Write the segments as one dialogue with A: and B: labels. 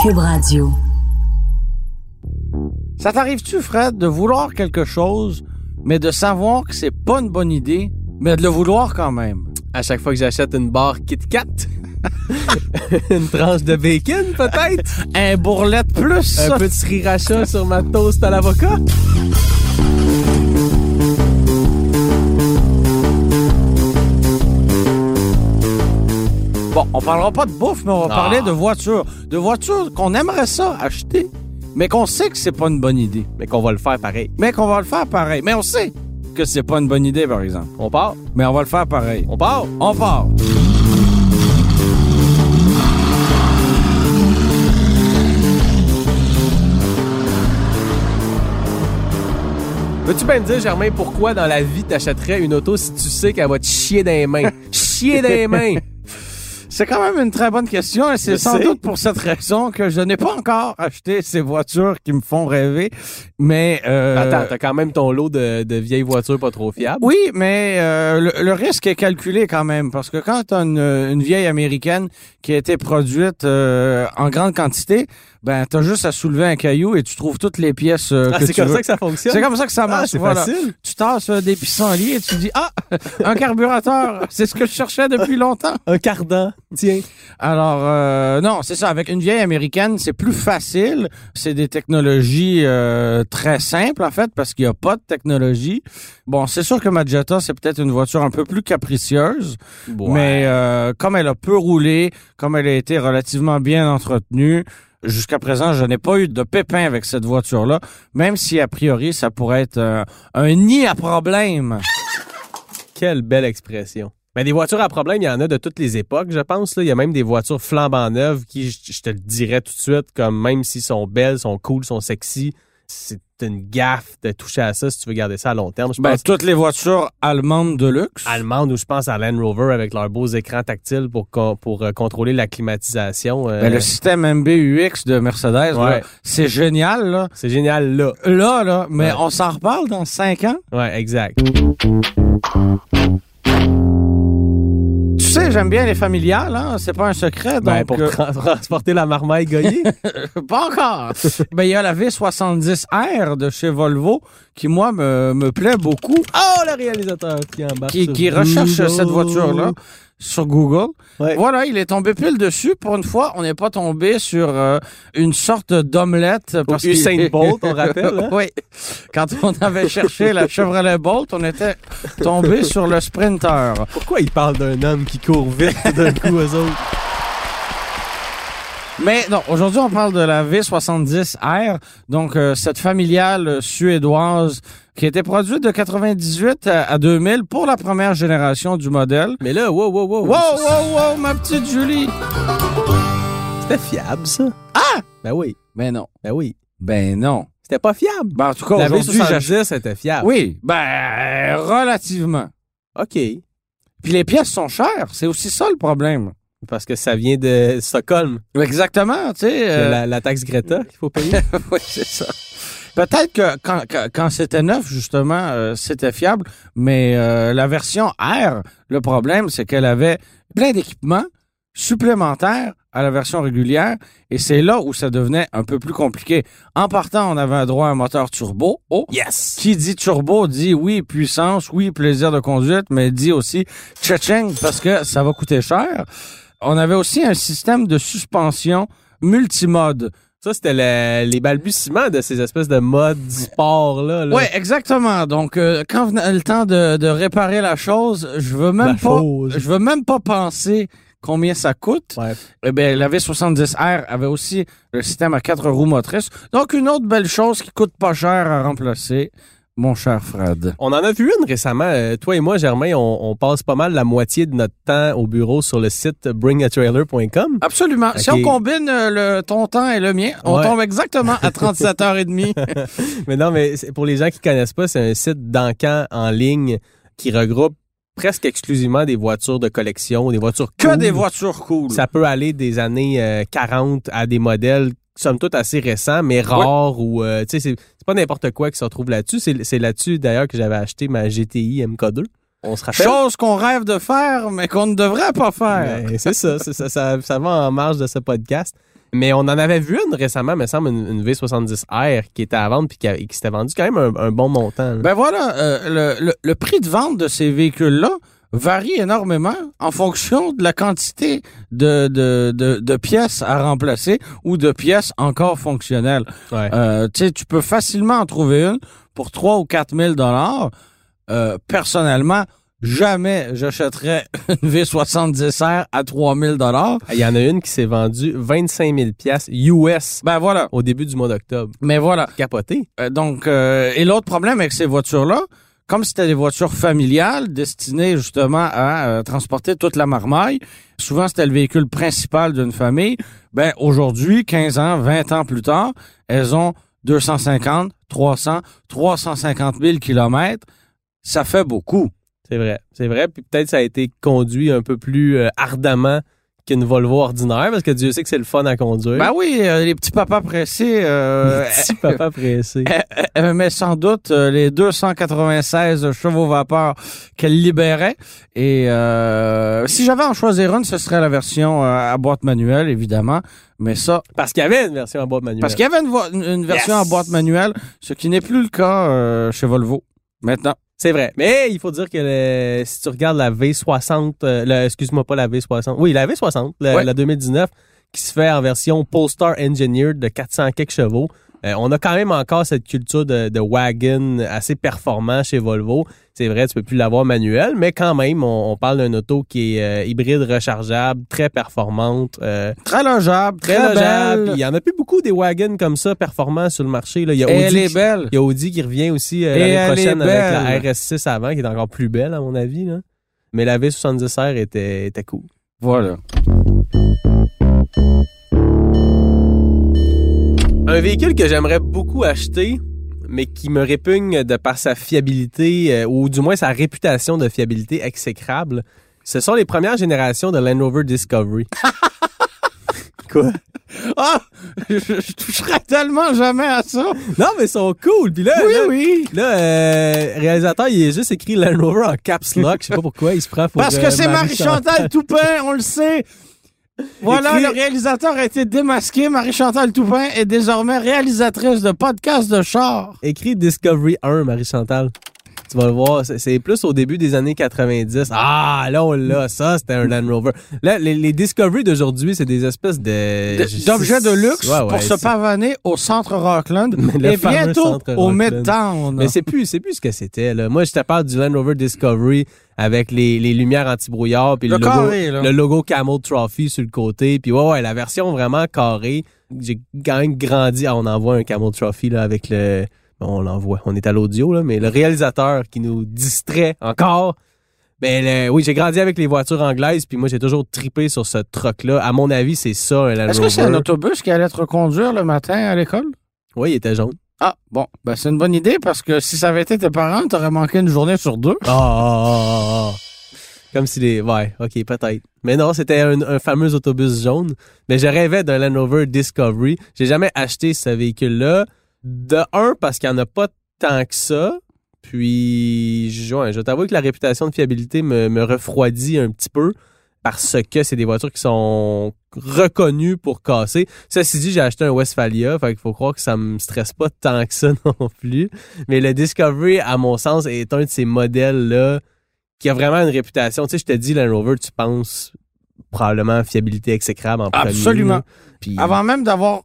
A: Cube Radio.
B: Ça t'arrive-tu, Fred, de vouloir quelque chose, mais de savoir que c'est pas une bonne idée, mais de le vouloir quand même?
C: À chaque fois que j'achète une barre Kit Kat, une tranche de bacon peut-être,
B: Un bourrelet de plus!
C: un peu de sriracha sur ma toast à l'avocat.
B: Bon, on parlera pas de bouffe, mais on va
C: Ah.
B: parler de voitures. De voitures qu'on aimerait ça acheter, mais qu'on sait que c'est pas une bonne idée.
C: Mais qu'on va le faire pareil.
B: Mais qu'on va le faire pareil. Mais on sait que c'est pas une bonne idée, par exemple.
C: On part,
B: Mais on va le faire pareil.
C: on part.
B: On part!
C: Veux-tu bien me dire, Germain, pourquoi dans la vie t'achèterais une auto si tu sais qu'elle va te chier dans les mains? chier dans les mains!
B: Euh, C'est quand même une très bonne question et c'est
C: Je
B: sans
C: sais.
B: doute pour cette raison que je n'ai pas encore acheté ces voitures qui me font rêver. Mais euh,
C: Attends, t'as quand même ton lot de, de vieilles voitures pas trop fiables.
B: oui, mais euh, le, le risque est calculé quand même parce que quand t'as une, une vieille américaine qui a été produite euh, en grande quantité, ben t'as juste à soulever un caillou et tu trouves toutes les pièces euh,
C: Ah,
B: que
C: c'est
B: tu
C: comme
B: veux.
C: ça que ça fonctionne?
B: C'est comme ça que ça marche.
C: Ah, c'est
B: voilà.
C: facile.
B: Tu tasses euh, des pissenlits et tu dis ah un carburateur, c'est ce que je cherchais depuis longtemps.
C: Un cardan, tiens.
B: Alors, euh, non, c'est ça. Avec une vieille américaine, c'est plus facile. C'est des technologies euh, très simples, en fait, parce qu'il n'y a pas de technologie. Bon, c'est sûr que ma Jetta, c'est peut-être une voiture un peu plus capricieuse, mais euh, comme elle a peu roulé, comme elle a été relativement bien entretenue, jusqu'à présent, je n'ai pas eu de pépin avec cette voiture-là, même si, a priori, ça pourrait être euh, un nid à problème.
C: Quelle belle expression. Mais Ben, des voitures à problème, il y en a de toutes les époques, je pense. là. Il y a même des voitures flambant neuves qui, je, je te le dirais tout de suite, comme même s'ils sont belles, sont cool, sont sexy, c'est une gaffe de toucher à ça si tu veux garder ça à long terme. Je
B: Ben,
C: pense
B: toutes les voitures allemandes de luxe.
C: allemande ou je pense à Land Rover avec leurs beaux écrans tactiles pour, con- pour euh, contrôler la climatisation. euh,
B: Ben, le système MBUX de Mercedes, là,
C: Ouais.
B: c'est génial. Là,
C: c'est génial là.
B: là, là mais
C: Ouais.
B: on s'en reparle dans cinq ans.
C: Ouais, exact.
B: Tu sais, j'aime bien les familiales, hein, c'est pas un secret.
C: Ben,
B: Donc,
C: pour
B: euh,
C: tra- transporter la marmaille goyée.
B: pas encore. ben, il y a la V70R de chez Volvo qui, moi, me, me plaît beaucoup,
C: oh, le réalisateur qui embarque.
B: qui,
C: sur
B: qui recherche
C: Google.
B: cette voiture-là sur Google.
C: Ouais.
B: Voilà, il est tombé pile dessus. Pour une fois, on n'est pas tombé sur euh, une sorte d'omelette. parce qu'il-
C: Usain Bolt, on rappelle, hein?
B: Euh, oui. Quand on avait cherché la Chevrolet Bolt, on était tombé sur le Sprinter.
C: Pourquoi il parle d'un homme qui court vite d'un coup aux autres?
B: Mais non, aujourd'hui, on parle de la V70R, donc euh, cette familiale suédoise qui a été produite de 98 à, à 2000 pour la première génération du modèle.
C: Mais là, wow, wow, wow.
B: Wow, wow, wow, ma petite Julie!
C: C'était fiable, ça. Ah! Ben oui,
B: Ben non.
C: ben oui.
B: Ben non.
C: C'était pas fiable.
B: Ben en tout cas,
C: la
B: aujourd'hui, j'achète...
C: V70 était fiable.
B: Oui, ben relativement.
C: OK.
B: Puis les pièces sont chères, c'est aussi ça le problème.
C: Parce que ça vient de Stockholm,
B: Exactement, tu sais.
C: de
B: euh,
C: la, la taxe Greta qu'il faut payer.
B: oui, c'est ça. Peut-être que quand, quand, quand c'était neuf, justement, euh, c'était fiable, mais euh, la version R, le problème, c'est qu'elle avait plein d'équipements supplémentaires à la version régulière, et c'est là où ça devenait un peu plus compliqué. En partant, on avait un droit à un moteur turbo. Oh!
C: yes!
B: Qui dit turbo dit oui, puissance, oui, plaisir de conduite, mais dit aussi tchétching parce que ça va coûter cher. On avait aussi un système de suspension multimode.
C: Ça, c'était le- les balbutiements de ces espèces de modes sport-là. là.
B: Oui, exactement. Donc, euh, quand venait le temps de, de réparer la chose, je veux même
C: La
B: pas,
C: chose.
B: je veux même pas penser combien ça coûte.
C: Ouais.
B: Eh bien, la V70R avait aussi le système à quatre roues motrices. Donc, une autre belle chose qui coûte pas cher à remplacer, mon cher Fred.
C: On en a vu une récemment. Euh, toi et moi, Germain, on, on passe pas mal la moitié de notre temps au bureau sur le site bringatrailer.com.
B: Absolument. Si
C: Ok.
B: on combine euh, le, ton temps et le mien, on
C: Ouais.
B: tombe exactement à 37h30.
C: Mais non, mais c'est- pour les gens qui connaissent pas, c'est un site d'encan en ligne qui regroupe presque exclusivement des voitures de collection, des voitures
B: que
C: cool.
B: des voitures cool.
C: Ça peut aller des années euh, 40 à des modèles somme toute assez récents, mais rares ou euh, tu sais c'est c'est pas n'importe quoi qui se retrouve là-dessus. C'est c'est là-dessus d'ailleurs que j'avais acheté ma GTI MK2. On se rappelle.
B: Chose qu'on rêve de faire, mais qu'on ne devrait pas faire.
C: Ben, c'est ça, c'est ça, ça, ça va en marge de ce podcast. Mais on en avait vu une récemment, me semble, une, une V70R qui était à vendre puis qui, a- qui s'était vendue quand même un, un bon montant. là.
B: Ben voilà, euh, le, le- le prix de vente de ces véhicules-là varie énormément en fonction de la quantité de, de, de, de pièces à remplacer ou de pièces encore fonctionnelles.
C: Ouais.
B: Euh, tu sais, tu peux facilement en trouver une pour 3 000 ou 4 000 dollars. Euh, personnellement, jamais j'achèterais une V70R à 3 000 dollars.
C: Il y en a une qui s'est vendue 25 000 piastres US
B: Ben voilà.
C: au début du mois d'octobre.
B: Mais voilà.
C: Capoté.
B: Euh, donc, euh, et l'autre problème avec ces voitures-là, comme c'était des voitures familiales destinées justement à euh, transporter toute la marmaille, souvent c'était le véhicule principal d'une famille, ben aujourd'hui, 15 ans, 20 ans plus tard, elles ont 250, 300, 350 000 kilomètres. Ça fait beaucoup.
C: C'est vrai. C'est vrai. Puis peut-être ça a été conduit un peu plus euh, ardemment qu'une Volvo ordinaire parce que Dieu sait que c'est le fun à conduire.
B: Ben oui, euh, les petits papas pressés, euh,
C: Petit papa pressé.
B: Euh, mais sans doute euh, les 296 chevaux vapeur qu'elle libérait. Et euh, si j'avais à en choisir une, ce serait la version euh, à boîte manuelle, évidemment. Mais ça,
C: Parce qu'il y avait une version en boîte manuelle.
B: parce qu'il y avait une, vo- une- une version
C: Yes.
B: à boîte manuelle, ce qui n'est plus le cas euh, chez Volvo. Maintenant,
C: C'est vrai. Mais il faut dire que le- si tu regardes la V60, euh, la- excuse-moi pas la V60, oui, la V60, la,
B: Ouais.
C: la 2019, qui se fait en version Polestar Engineered de 400 quelques chevaux, euh, on a quand même encore cette culture de, de wagon assez performant chez Volvo. C'est vrai, tu peux plus l'avoir manuel, mais quand même, on, on parle d'un auto qui est euh, hybride rechargeable, très performante, euh,
B: très logeable, très,
C: très, logeable. Puis
B: belle.
C: Il y en a plus beaucoup des wagons comme ça performants sur le marché. Là. Il y a
B: Et elle
C: Audi
B: est
C: qui-
B: belle.
C: il y a Audi qui revient aussi euh,
B: Et elle
C: l'année
B: est
C: prochaine avec
B: belle.
C: la RS6 avant, qui est encore plus belle, à mon avis. là. Mais la V70R était, était cool.
B: Voilà.
C: Un véhicule que j'aimerais beaucoup acheter, mais qui me répugne de par sa fiabilité, euh, ou du moins sa réputation de fiabilité exécrable, ce sont les premières générations de Land Rover Discovery. Quoi?
B: Ah, je, je toucherai tellement jamais à ça.
C: Non, mais ils sont cool. Puis là,
B: Oui,
C: là,
B: oui.
C: là, euh, réalisateur, il est juste écrit Land Rover en caps lock. Je sais pas pourquoi il se prend pour
B: Parce
C: euh,
B: que c'est
C: Marie Chantal.
B: Marie-Chantal Toupin, on le sait. Voilà,
C: Écrit-
B: le réalisateur a été démasqué. Marie-Chantal Toupin est désormais réalisatrice de podcasts de char.
C: Écris Discovery 1, Marie-Chantal. Tu vas le voir, c'est- c'est plus au début des années 90. Ah, là, on l'a, ça, c'était un Land Rover. Là, les, les Discovery d'aujourd'hui, c'est des espèces de...
B: De- D'objets de luxe
C: Ouais, ouais,
B: pour se
C: c'est-
B: pavaner au centre Rockland
C: Mais le
B: et
C: fameux
B: bientôt
C: centre
B: au
C: Rockland.
B: Midtown.
C: Mais c'est plus, c'est plus ce que c'était. là. Moi, je te parle du Land Rover Discovery avec les, les lumières anti-brouillard, puis le,
B: Le
C: logo,
B: carré, là.
C: le logo Camel Trophy sur le côté. Puis ouais, ouais, la version vraiment carrée. J'ai quand même grandi. Ah, on envoie un Camel Trophy là, avec le. On l'envoie. On est à l'audio, là, mais le réalisateur qui nous distrait encore. Ben le- oui, j'ai grandi avec les voitures anglaises, puis moi j'ai toujours tripé sur ce truck-là. À mon avis, c'est ça un Land
B: Est-ce
C: Rover.
B: que c'est un autobus qui allait être conduire le matin à l'école?
C: Oui, il était jaune.
B: Ah, bon, ben c'est une bonne idée parce que si ça avait été tes parents, t'aurais manqué une journée sur deux.
C: Ah, ah, ah, ah, ah. Comme si les. Ouais, ok, peut-être. Mais non, c'était un, un fameux autobus jaune. Mais je rêvais d'un Land Rover Discovery. J'ai jamais acheté ce véhicule-là. De un, parce qu'il n'y en a pas tant que ça. Puis, je, je t'avoue que la réputation de fiabilité me, me refroidit un petit peu parce que c'est des voitures qui sont reconnues pour casser. Ceci dit, j'ai acheté un Westphalia, fait qu'il faut croire que ça me stresse pas tant que ça non plus. Mais le Discovery, à mon sens, est un de ces modèles-là qui a vraiment une réputation. Tu sais, je te dis, Land Rover, tu penses probablement fiabilité exécrable en premier.
B: Absolument.
C: là. Puis,
B: Avant même d'avoir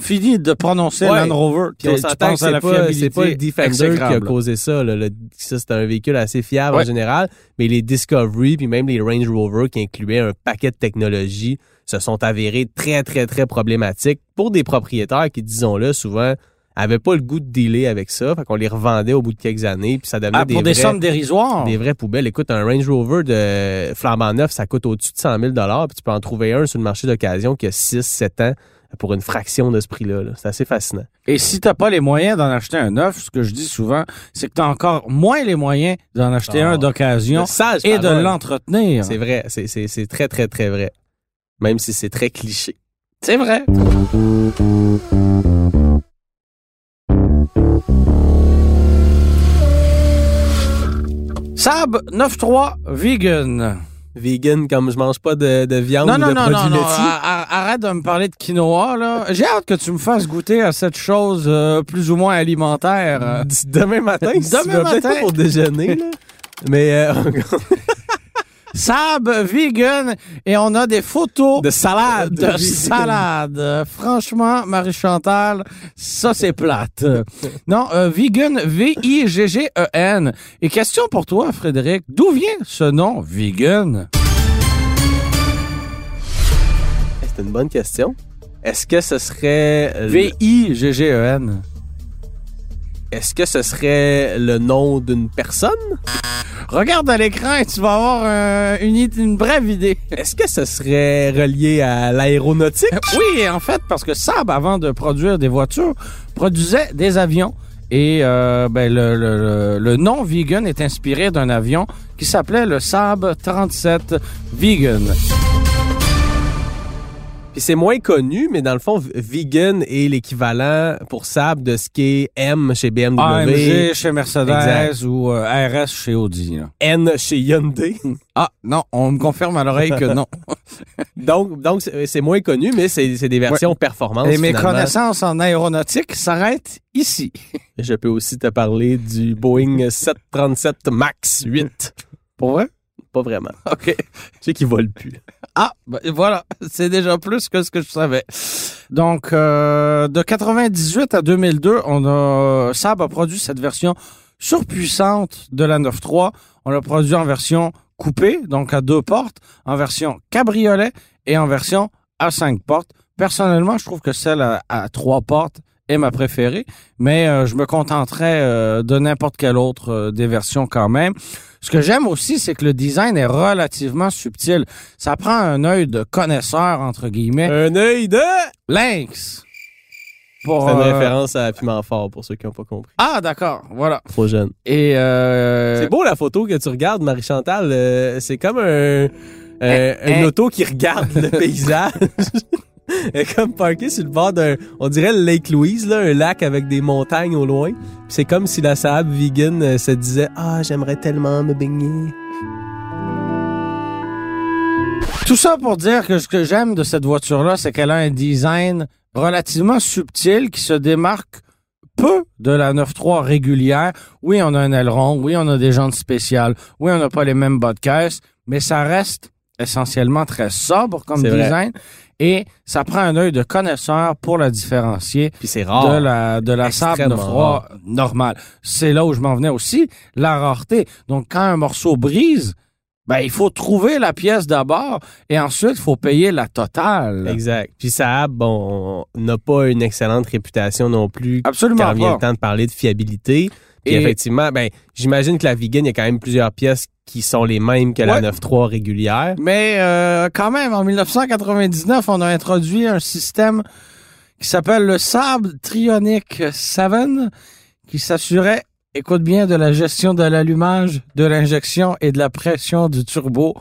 B: fini de prononcer
C: Ouais.
B: Land Rover,
C: puis on
B: tu- tu
C: s'entend que
B: penses à
C: c'est
B: la
C: pas, c'est
B: fiabilité.
C: pas le Defender qui a
B: exécrable.
C: causé ça. là. Le- ça, c'est un véhicule assez fiable en
B: Ouais.
C: général, mais les Discovery puis même les Range Rover qui incluaient un paquet de technologies se sont avérés très, très, très problématiques pour des propriétaires qui, disons-le, souvent avaient pas le goût de dealer avec ça. Fait qu'on les revendait au bout de quelques années puis ça devenait
B: Ah,
C: des,
B: pour des,
C: vrais-
B: sommes dérisoires.
C: des vraies poubelles. Écoute, un Range Rover de flambant neuf, ça coûte au-dessus de 100 000 puis tu peux en trouver un sur le marché d'occasion qui a 6, 7 ans pour une fraction de ce prix-là. là. C'est assez fascinant.
B: Et si t'as pas les moyens d'en acheter un neuf, ce que je dis souvent, c'est que t'as encore moins les moyens d'en acheter
C: Ah.
B: un d'occasion
C: Sage
B: et de
C: parole.
B: l'entretenir.
C: C'est vrai, c'est- c'est c'est très, très, très vrai. Même si c'est très cliché.
B: C'est vrai. Sab 93 Vegan.
C: Vegan, comme je mange pas de, de viande
B: Non,
C: Ah, ou
B: non,
C: de
B: non, non,
C: produits
B: non.
C: laitiers.
B: Ar- ar- Arrête de me parler de quinoa, là. J'ai hâte que tu me fasses goûter à cette chose euh, plus ou moins alimentaire. euh.
C: D- Demain matin, si
B: Demain
C: tu veux, peut-être
B: matin.
C: pas pour déjeuner, là. Mais euh,
B: Sab vegan et on a des photos
C: de salade.
B: de salade. Euh, Franchement, Marie-Chantal, ça c'est plate. non, euh, vegan, V-I-G-G-E-N. E Et question pour toi, Frédéric, d'où vient ce nom, vegan?
C: C'est une bonne question. Est-ce que ce serait euh, le-
B: V-I-G-G-E-N.
C: est-ce que ce serait le nom d'une personne
B: Regarde à l'écran et tu vas avoir euh, une, id- une brève idée.
C: Est-ce que ce serait relié à l'aéronautique
B: Oui, en fait, parce que Saab, avant de produire des voitures, produisait des avions. Et euh, ben, le, le- le- le nom vegan est inspiré d'un avion qui s'appelait le Saab 37 Vegan.
C: Puis c'est moins connu, mais dans le fond, v- vegan est l'équivalent pour Sab de ce qu'est M chez BMW,
B: AMG chez Mercedes
C: Exact.
B: ou euh, RS chez Audi. là.
C: N chez Hyundai.
B: Ah, non, on me confirme à l'oreille que non.
C: donc donc c'est c'est moins connu, mais c'est c'est des versions performance.
B: Et mes
C: finalement.
B: connaissances en aéronautique s'arrêtent ici.
C: Je peux aussi te parler du Boeing 737 Max 8.
B: Pour vrai?
C: Pas vraiment.
B: OK.
C: Tu sais qu'ils volent plus.
B: Ah, ben, voilà, c'est déjà plus que ce que je savais. Donc, euh, de 98 à 2002, on a, Saab a produit cette version surpuissante de la 9.3. On l'a produit en version coupée, donc à deux portes, en version cabriolet et en version à cinq portes. Personnellement, je trouve que celle à, à trois portes est ma préférée, mais euh, je me contenterai euh, de n'importe quelle autre euh, des versions quand même. Ce que j'aime aussi, c'est que le design est relativement subtil. Ça prend un œil de connaisseur, entre guillemets.
C: Un œil de.
B: Lynx. Pour,
C: C'est une
B: euh,
C: référence à Piment Fort pour ceux qui n'ont pas compris.
B: Ah, d'accord, voilà.
C: Trop jeune.
B: Et euh,
C: C'est beau la photo que tu regardes, Marie-Chantal. Euh, c'est comme un, un-
B: hein.
C: une auto qui regarde le paysage. Elle est comme parquée sur le bord d'un, on dirait le Lake Louise, là, un lac avec des montagnes au loin. Puis c'est comme si la Saab vegan euh, se disait « Ah, j'aimerais tellement me baigner.
B: Tout ça pour dire que ce que j'aime de cette voiture-là, c'est qu'elle a un design relativement subtil qui se démarque peu de la 9.3 régulière. Oui, on a un aileron, oui, on a des jantes spéciales, oui, on n'a pas les mêmes bas de caisse, mais ça reste essentiellement très sobre comme
C: C'est vrai.
B: design et ça prend un œil de connaisseur pour la différencier ».
C: Puis c'est rare.
B: de la, de la sable
C: Extrêmement
B: froid normale. C'est là où je m'en venais aussi, la rareté. Donc, quand un morceau brise, ben, il faut trouver la pièce d'abord et ensuite, il faut payer la totale.
C: Exact. Puis Saab, bon, on n'a pas une excellente réputation non plus quand
B: Absolument
C: vient
B: pas.
C: le temps de parler de fiabilité. Puis
B: Et-
C: effectivement, ben, j'imagine que la vegan, il y a quand même plusieurs pièces qui sont les mêmes que la
B: Ouais.
C: 9.3 régulière.
B: Mais euh, quand même, en 1999, on a introduit un système qui s'appelle le Sable Trionic 7 qui s'assurait, écoute bien, de la gestion de l'allumage, de l'injection et de la pression du turbo.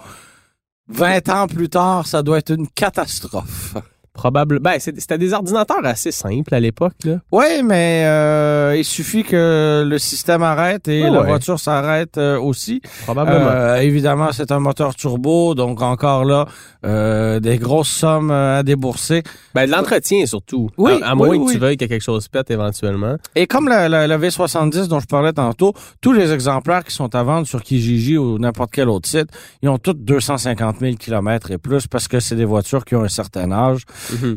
B: 20 ans plus tard, ça doit être une catastrophe.
C: Probable. Ben, c'est- c'était des ordinateurs assez simples à l'époque, là.
B: Oui, mais euh, il suffit que le système arrête et
C: Ah
B: la
C: ouais.
B: voiture s'arrête euh, aussi.
C: Probablement.
B: Euh, évidemment, c'est un moteur turbo, donc encore là, euh, des grosses sommes euh, à débourser.
C: ben, de l'entretien surtout.
B: Oui,
C: À, à
B: oui,
C: moins que
B: oui.
C: tu veuilles que quelque chose pète éventuellement.
B: Et comme la, la- la V70 dont je parlais tantôt, tous les exemplaires qui sont à vendre sur Kijiji ou n'importe quel autre site, ils ont toutes 250 000 km et plus parce que c'est des voitures qui ont un certain âge.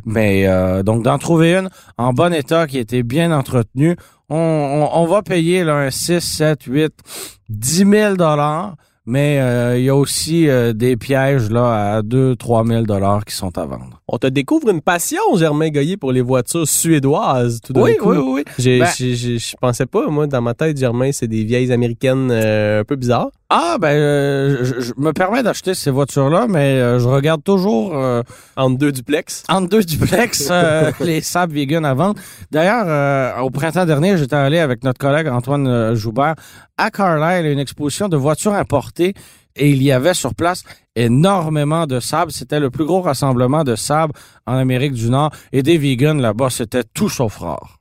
B: Mais euh, donc d'en trouver une en bon état, qui était bien entretenue, on, on- on va payer là, un 6, 7, 8, 10 000 dollars. Mais euh, il y a aussi euh, des pièges là à 2 3 000 dollars qui sont à vendre.
C: On te découvre une passion, Germain Goyer, pour les voitures suédoises, tout d'un coup.
B: oui.
C: J'ai-
B: Ben-
C: j'ai- j'ai- Je pensais pas, moi, dans ma tête, Germain, c'est des vieilles américaines euh, un peu bizarres.
B: Ah ben euh, je, je me permets d'acheter ces voitures là, mais euh, je regarde toujours euh,
C: Entre deux duplex.
B: entre deux duplex euh, les sables vegan à vendre. D'ailleurs, euh, au printemps dernier, j'étais allé avec notre collègue Antoine euh, Joubert à Carlisle, à une exposition de voitures importées. Et il y avait sur place énormément de sable. C'était le plus gros rassemblement de sable en Amérique du Nord. Et des vegans là-bas, c'était tout sauf rare.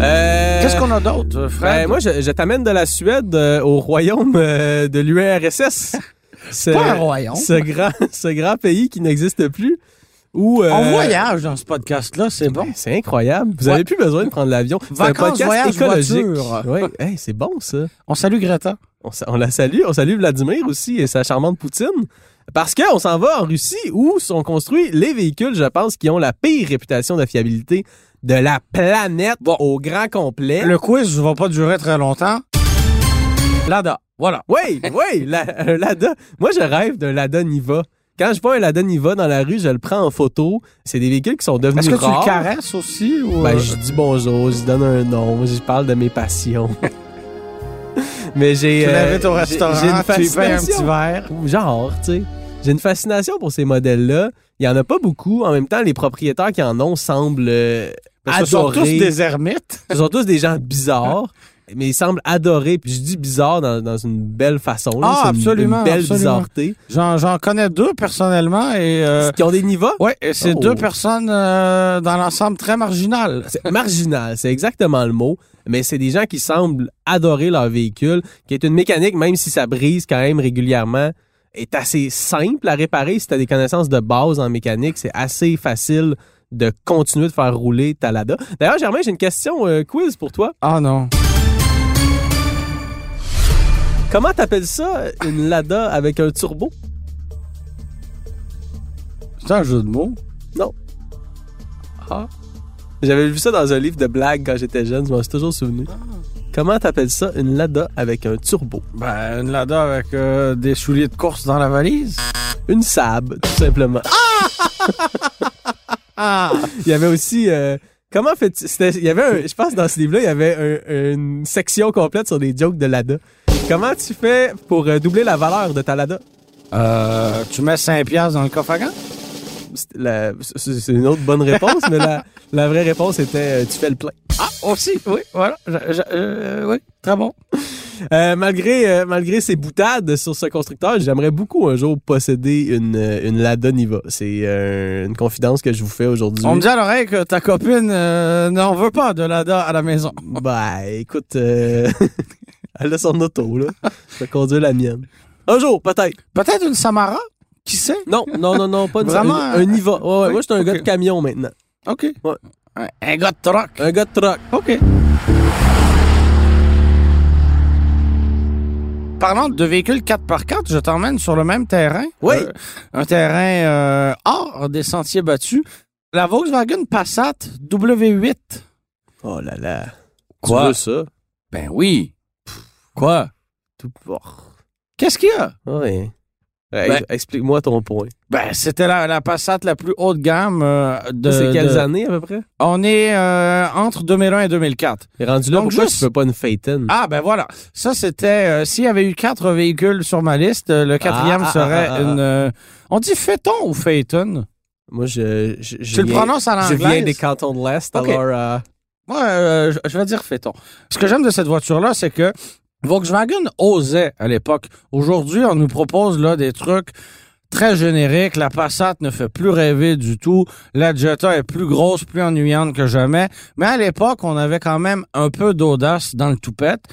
C: Euh,
B: Qu'est-ce qu'on a d'autre,
C: Ben,
B: frère?
C: moi, je, je t'amène de la Suède euh, au royaume euh, de l'URSS. euh, C'est
A: Pas un royaume.
C: Ce grand, ce grand pays qui n'existe plus. Où, euh,
B: On voyage dans ce podcast-là, c'est bon.
C: ben, C'est incroyable. Vous
B: Ouais.
C: n'avez plus besoin de prendre l'avion. C'est un
B: Vacances,
C: podcast
B: voyage,
C: écologique.
B: voiture.
C: Ouais. Hey, c'est bon, ça.
B: On salue Greta.
C: On, sa- on la salue. On salue Vladimir aussi et sa charmante Poutine. Parce qu'on s'en va en Russie où sont construits les véhicules, je pense, qui ont la pire réputation de fiabilité de la planète au grand complet.
B: Le quiz va pas durer très longtemps. Lada, voilà.
C: Oui, oui, la, un Lada. Moi, je rêve d'un Lada Niva. Quand je vois un Lada Niva dans la rue, je le prends en photo. C'est des véhicules qui sont devenus
B: Est-ce que tu
C: rares.
B: le caresses aussi? Ou... euh,
C: Ben, je dis bonjour, je donne un nom, je parle de mes passions. Mais j'ai.
B: Tu
C: euh,
B: l'invites au
C: j'ai-
B: restaurant,
C: j'ai une
B: tu lui payes un petit
C: fascination.
B: verre.
C: Genre, tu sais. J'ai une fascination pour ces modèles-là. Il n'y en a pas beaucoup. En même temps, les propriétaires qui en ont semblent euh,
B: Parce que ce sont tous
C: adorer.
B: des ermites.
C: Ce sont tous des gens bizarres, mais ils semblent adorer. Puis je dis bizarre dans, dans une belle façon. là.
B: Ah,
C: C'est une-
B: absolument,
C: Une belle
B: absolument.
C: bizarreté.
B: J'en j'en connais deux personnellement et... euh,
C: Qui ont des niveaux.
B: Ouais, et c'est
C: Oh.
B: deux personnes euh, dans l'ensemble très marginales.
C: C'est marginal, c'est exactement le mot. Mais c'est des gens qui semblent adorer leur véhicule, qui est une mécanique, même si ça brise quand même régulièrement, est assez simple à réparer. Si tu as des connaissances de base en mécanique, c'est assez facile de continuer de faire rouler ta Lada. D'ailleurs, Germain, j'ai une question euh, quiz pour toi.
B: Ah non.
C: Comment t'appelles ça une Lada avec un turbo?
B: C'est un jeu de mots.
C: J'avais vu ça dans un livre de blagues quand j'étais jeune, je m'en suis toujours souvenu. Comment t'appelles ça une Lada avec un turbo?
B: Ben, une Lada avec euh, des souliers de course dans la valise.
C: Une Saab, tout simplement.
B: Ah!
C: Il y avait aussi... euh, comment fait Il y avait un- Je pense que dans ce livre-là, il y avait un- une section complète sur des jokes de Lada. Comment tu fais pour euh, doubler la valeur de ta Lada?
B: Euh, tu mets 5 piastres dans le coffre à gants?
C: C'est la- C'est c'est une autre bonne réponse, mais la, la vraie réponse était euh, tu fais le plein.
B: Ah, aussi, oui, voilà. Je- je- euh, oui, très bon.
C: Euh, malgré, euh, malgré ses boutades sur ce constructeur, j'aimerais beaucoup un jour posséder une, euh, une Lada Niva. C'est euh, une confidence que je vous fais aujourd'hui.
B: On me dit à l'oreille que ta copine euh, n'en veut pas de Lada à la maison.
C: Bah, écoute, euh, elle a son auto, là. Je vais conduire la mienne. Un jour, peut-être.
B: Peut-être une Samara? Qui sait?
C: Non, non, non, non, pas une,
B: Vraiment,
C: un, un Niva. Ouais, ouais, moi, je suis un
B: ok.
C: gars de camion maintenant.
B: OK.
C: Ouais.
B: Un- Un gars de troc.
C: Un gars de truck.
B: OK. Parlant de véhicules 4x4, je t'emmène sur le même terrain.
C: Oui.
B: Euh, un terrain euh, hors des sentiers battus. La Volkswagen Passat W8.
C: Oh là là.
B: Quoi?
C: Tu veux ça?
B: Ben oui. Quoi?
C: Tout oh,
B: Qu'est-ce qu'il y a?
C: Ouais. Ouais,
B: Ben-
C: Explique-moi ton point.
B: Ben, c'était la, la Passat la plus haut de gamme euh, de...
C: C'est quelles
B: de-
C: années, à peu près?
B: On est euh, entre 2001 et 2004.
C: Et rendu là,
B: Donc,
C: pourquoi
B: juste-
C: tu veux pas une Phaeton?
B: Ah, ben voilà. Ça, c'était... euh, S'il y avait eu quatre véhicules sur ma liste, euh, le quatrième
C: ah,
B: serait
C: ah, ah,
B: une... euh, on dit Phaeton ou Phaeton?
C: Moi, je. je, je
B: Tu le
C: viens-
B: prononces à
C: Je
B: l'anglais?
C: viens des cantons de l'Est,
B: Ok.
C: alors. euh,
B: Moi, euh, je- je vais dire fait-on. Ce que j'aime de cette voiture-là, c'est que Volkswagen osait à l'époque. Aujourd'hui, on nous propose là des trucs très génériques. La Passat ne fait plus rêver du tout. La Jetta est plus grosse, plus ennuyante que jamais. Mais à l'époque, on avait quand même un peu d'audace dans le toupette.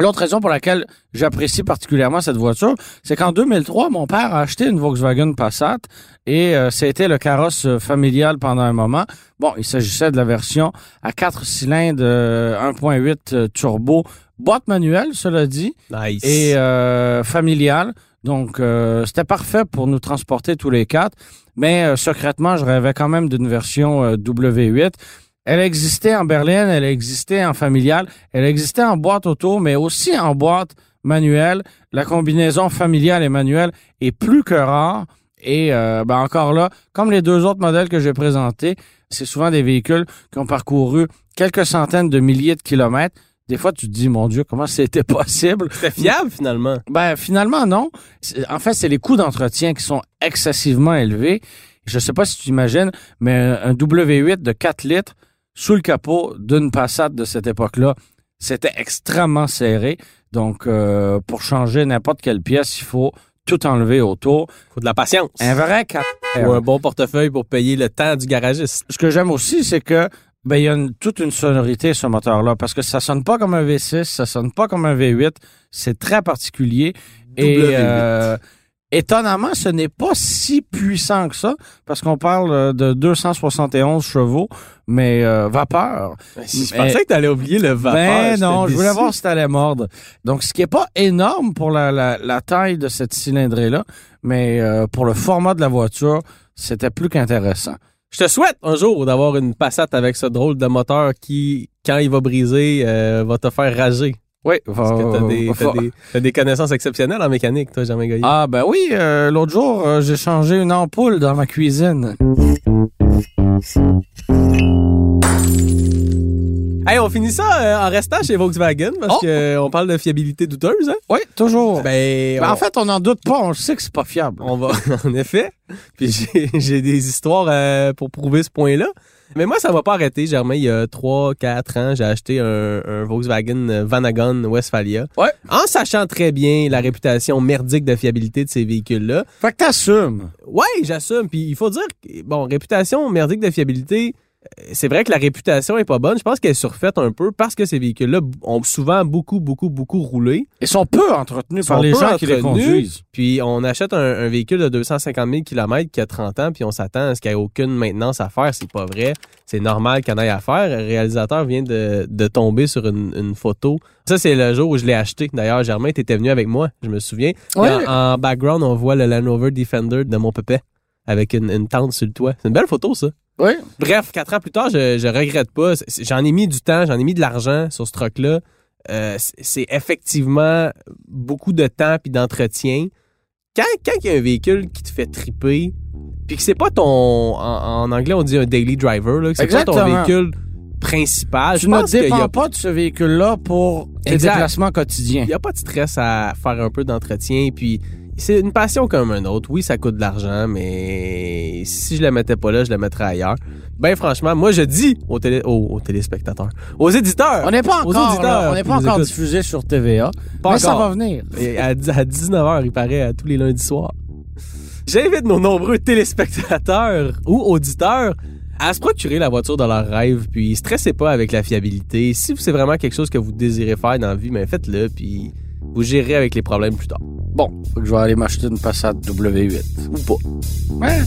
B: L'autre raison pour laquelle j'apprécie particulièrement cette voiture, c'est qu'en 2003, mon père a acheté une Volkswagen Passat et euh, c'était le carrosse euh, familial pendant un moment. Bon, il s'agissait de la version à 4 cylindres euh, 1.8 euh, turbo, boîte manuelle, cela dit,
C: Nice.
B: et euh, familiale. Donc, euh, c'était parfait pour nous transporter tous les quatre. Mais euh, secrètement, je rêvais quand même d'une version euh, W8. Elle existait en berline, elle existait en familiale, elle existait en boîte auto, mais aussi en boîte manuelle. La combinaison familiale et manuelle est plus que rare. Et euh, ben encore là, comme les deux autres modèles que j'ai présentés, c'est souvent des véhicules qui ont parcouru quelques centaines de milliers de kilomètres. Des fois, tu te dis, mon Dieu, comment c'était possible?
C: C'était fiable, finalement.
B: Ben, finalement, non. C'est- En fait, c'est les coûts d'entretien qui sont excessivement élevés. Je sais pas si tu imagines, mais un W8 de 4 litres sous le capot d'une Passat de cette époque-là, c'était extrêmement serré. Donc, euh, pour changer n'importe quelle pièce, il faut tout enlever autour.
C: Faut de la patience.
B: Un vrai 4
C: Ou un bon portefeuille pour payer le temps du garagiste.
B: ce que j'aime aussi, c'est que ben, il y a une- toute une sonorité, ce moteur-là, parce que ça sonne pas comme un V6, ça sonne pas comme un V8. C'est très particulier. Et,
C: W8.
B: euh, étonnamment, ce n'est pas si puissant que ça, parce qu'on parle euh, de 271 chevaux, mais euh, vapeur.
C: Je
B: Mais-
C: pensais que t'allais oublier le vapeur.
B: Ben
C: j'étais
B: non, je voulais
C: déçu.
B: voir si t'allais mordre. Donc, ce qui est pas énorme pour la, la- la taille de cette cylindrée-là, mais euh, pour le format de la voiture, c'était plus qu'intéressant.
C: Je te souhaite un jour d'avoir une passate avec ce drôle de moteur qui, quand il va briser, euh, va te faire rager.
B: Oui,
C: Parce que t'as des,
B: va-
C: t'as des- t'as des connaissances exceptionnelles en mécanique, toi, Germain Goyer.
B: Ah ben oui, euh, l'autre jour, euh, j'ai changé une ampoule dans ma cuisine.
C: Hey, on finit ça euh, en restant chez Volkswagen parce
B: Oh!
C: qu'on parle de fiabilité douteuse. Hein?
B: Oui, toujours.
C: Ben,
B: Ben,
C: on-
B: en fait, on n'en doute pas, on le sait que c'est pas fiable.
C: On va, en effet. Puis j'ai- j'ai des histoires euh, pour prouver ce point-là. Mais moi, ça va pas arrêter, Germain. Il y a 3-4 ans, j'ai acheté un, un Volkswagen Vanagon Westphalia.
B: Ouais.
C: En sachant très bien la réputation merdique de fiabilité de ces véhicules-là.
B: Fait que t'assumes.
C: Ouais, j'assume. Puis il faut dire, que, bon, réputation merdique de fiabilité, euh, c'est vrai que la réputation est pas bonne. Je pense qu'elle est surfaite un peu parce que ces véhicules-là b- ont souvent beaucoup, beaucoup, beaucoup roulé.
B: Ils sont peu entretenus
C: Ils
B: par
C: sont
B: les
C: peu
B: gens qui les
C: entretenus.
B: conduisent.
C: Puis on achète un, un véhicule de 250 000 km qui a 30 ans, puis on s'attend à ce qu'il n'y ait aucune maintenance à faire. C'est pas vrai. C'est normal qu'il y en ait à faire. Le réalisateur vient de, de tomber sur une, une photo. Ça, c'est le jour où je l'ai acheté. D'ailleurs, Germain, tu étais venu avec moi, je me souviens. Puis
B: Ouais.
C: En, en background, on voit le Land Rover Defender de mon pépé avec une, une tente sur le toit. C'est une belle photo, ça.
B: Oui.
C: Bref, quatre ans plus tard, je, je regrette pas. C'est- c'est- J'en ai mis du temps, j'en ai mis de l'argent sur ce truck-là. Euh, c'est- c'est effectivement beaucoup de temps puis d'entretien. Quand, quand il y a un véhicule qui te fait triper, puis que c'est pas ton. En, en anglais, on dit un daily driver, là, que c'est pas ton
B: Exactement.
C: véhicule principal.
B: Tu
C: Ah, je
B: ne
C: pense qu'il y
B: dépends
C: a,
B: pas de ce véhicule-là pour tes
C: Exact.
B: déplacements quotidiens.
C: il y a pas de stress à faire un peu d'entretien. Puis c'est une passion comme un autre. Oui, ça coûte de l'argent, mais si je la mettais pas là, je la mettrais ailleurs. Ben franchement, moi je dis aux, télé, aux, aux téléspectateurs, aux éditeurs,
B: On n'est pas
C: Aux
B: encore, là,
C: auditeurs
B: on n'est
C: qui
B: pas
C: nous
B: encore
C: écoutent.
B: diffusé sur TVA,
C: Pas
B: mais ça va
C: encore.
B: venir.
C: Et à, dix- à 19h, il paraît, à tous les lundis soirs. J'invite nos nombreux téléspectateurs ou auditeurs à se procurer la voiture dans leur rêve, puis stressez pas avec la fiabilité. Si c'est vraiment quelque chose que vous désirez faire dans la vie, ben faites-le, puis vous gérez avec les problèmes plus tard.
B: Bon, faut que je vais aller m'acheter une Passat W8.
C: Ou pas.
B: Ouais.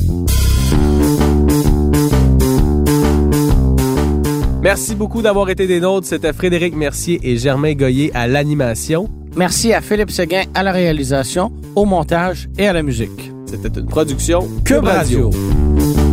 C: Merci beaucoup d'avoir été des nôtres. C'était Frédéric Mercier et Germain Goyer à l'animation.
B: Merci à Philippe Séguin à la réalisation, au montage et à la musique.
C: C'était une production
B: Cube Radio.
C: Radio.